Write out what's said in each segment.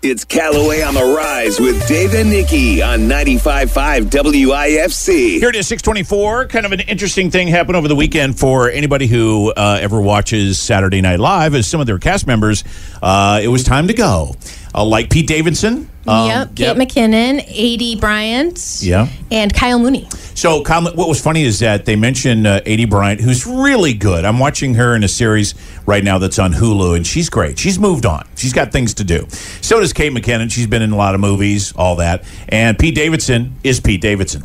It's Callaway on the Rise with Dave and Nikki on 95.5 WIFC. Here it is, 624. Kind of an interesting thing happened over the weekend for anybody who uh, ever watches Saturday Night Live. As some of their cast members, uh, it was time to go. Uh, like Pete Davidson. um, yep. Kate McKinnon, A.D. Bryant. Yeah. And Kyle Mooney. So, Colin, what was funny is that they mentioned uh, Adie Bryant, who's really good. I'm watching her in a series right now that's on Hulu, and she's great. She's moved on. She's got things to do. So does Kate McKinnon. She's been in a lot of movies, all that. And Pete Davidson is Pete Davidson.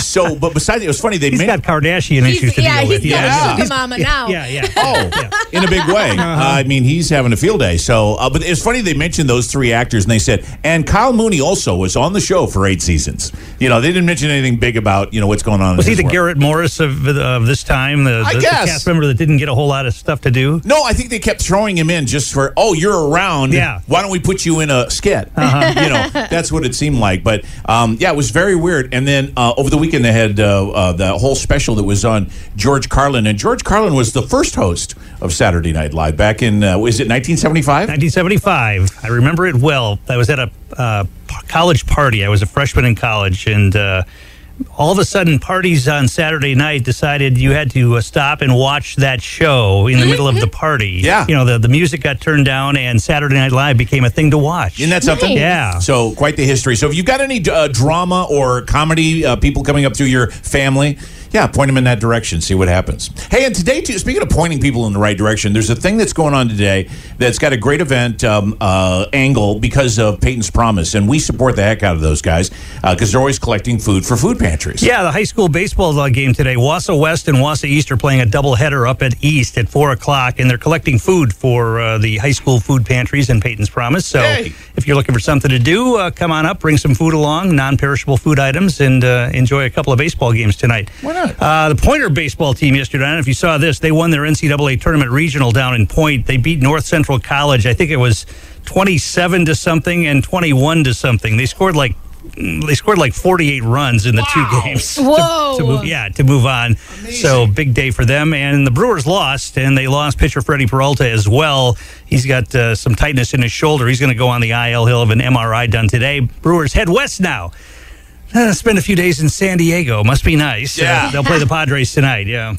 so, but besides, it was funny. They He's mentioned. got Kardashian issues to yeah, deal he's with. got a Yeah. sugar mama now. yeah, yeah. Oh, in a big way. I mean, he's having a field day. So, uh, but it's funny they mentioned those three actors, and they said, and Kyle Mooney also was on the show for eight seasons. You know, they didn't mention anything big about you know what's going on. in Was he his the world. Garrett Morris of, of this time? The, I the- the guess. cast member that didn't get a whole lot of stuff to do. No, I think they kept throwing him in just for, oh, you're around. Yeah. Uh-huh. Why don't we put you in a skit? you know, that's what it seemed like. But um, yeah, it was very weird. And then uh, over the weekend, they had uh, uh, the whole special that was on George Carlin. And George Carlin was the first host of Saturday Night Live back in, uh, was it 1975? 1975. I remember it well. I was at a uh, p- college party. I was a freshman in college, and uh, all of a sudden, parties on Saturday night decided you had to uh, stop and watch that show in the middle Mm-hmm. of the party. Yeah. You know, the, the music got turned down, and Saturday Night Live became a thing to watch. Isn't that something? Nice. Yeah. So quite the history. So if you've got any uh, drama or comedy uh, people coming up through your family, yeah, point them in that direction. See what happens. Hey, and today too. Speaking of pointing people in the right direction, there's a thing that's going on today that's got a great event um, uh, angle because of Peyton's Promise, and we support the heck out of those guys because they're always collecting food for food pantries. Yeah, the high school baseball uh, game today. Wausau West and Wausau East are playing a doubleheader up at East at 4 o'clock, and they're collecting food for uh, the high school food pantries and Peyton's Promise. So Hey. if you're looking for something to do, uh, come on up, bring some food along, non perishable food items, and uh, enjoy a couple of baseball games tonight. Why not? Uh, the Pointer baseball team yesterday, I don't know if you saw this, they won their NCAA tournament regional down in Point. They beat North Central College. I think it was 27 to something and 21 to something. They scored like they scored like 48 runs in the two games. to- Whoa. To, move, yeah, to move on. So big day for them. And the Brewers lost, and they lost pitcher Freddie Peralta as well. He's got uh, some tightness in his shoulder. He's going to go on the IL. He'll have an MRI done today. Brewers head west now. Uh, spend a few days in San Diego. Must be nice. Yeah. they'll play the Padres tonight. Yeah.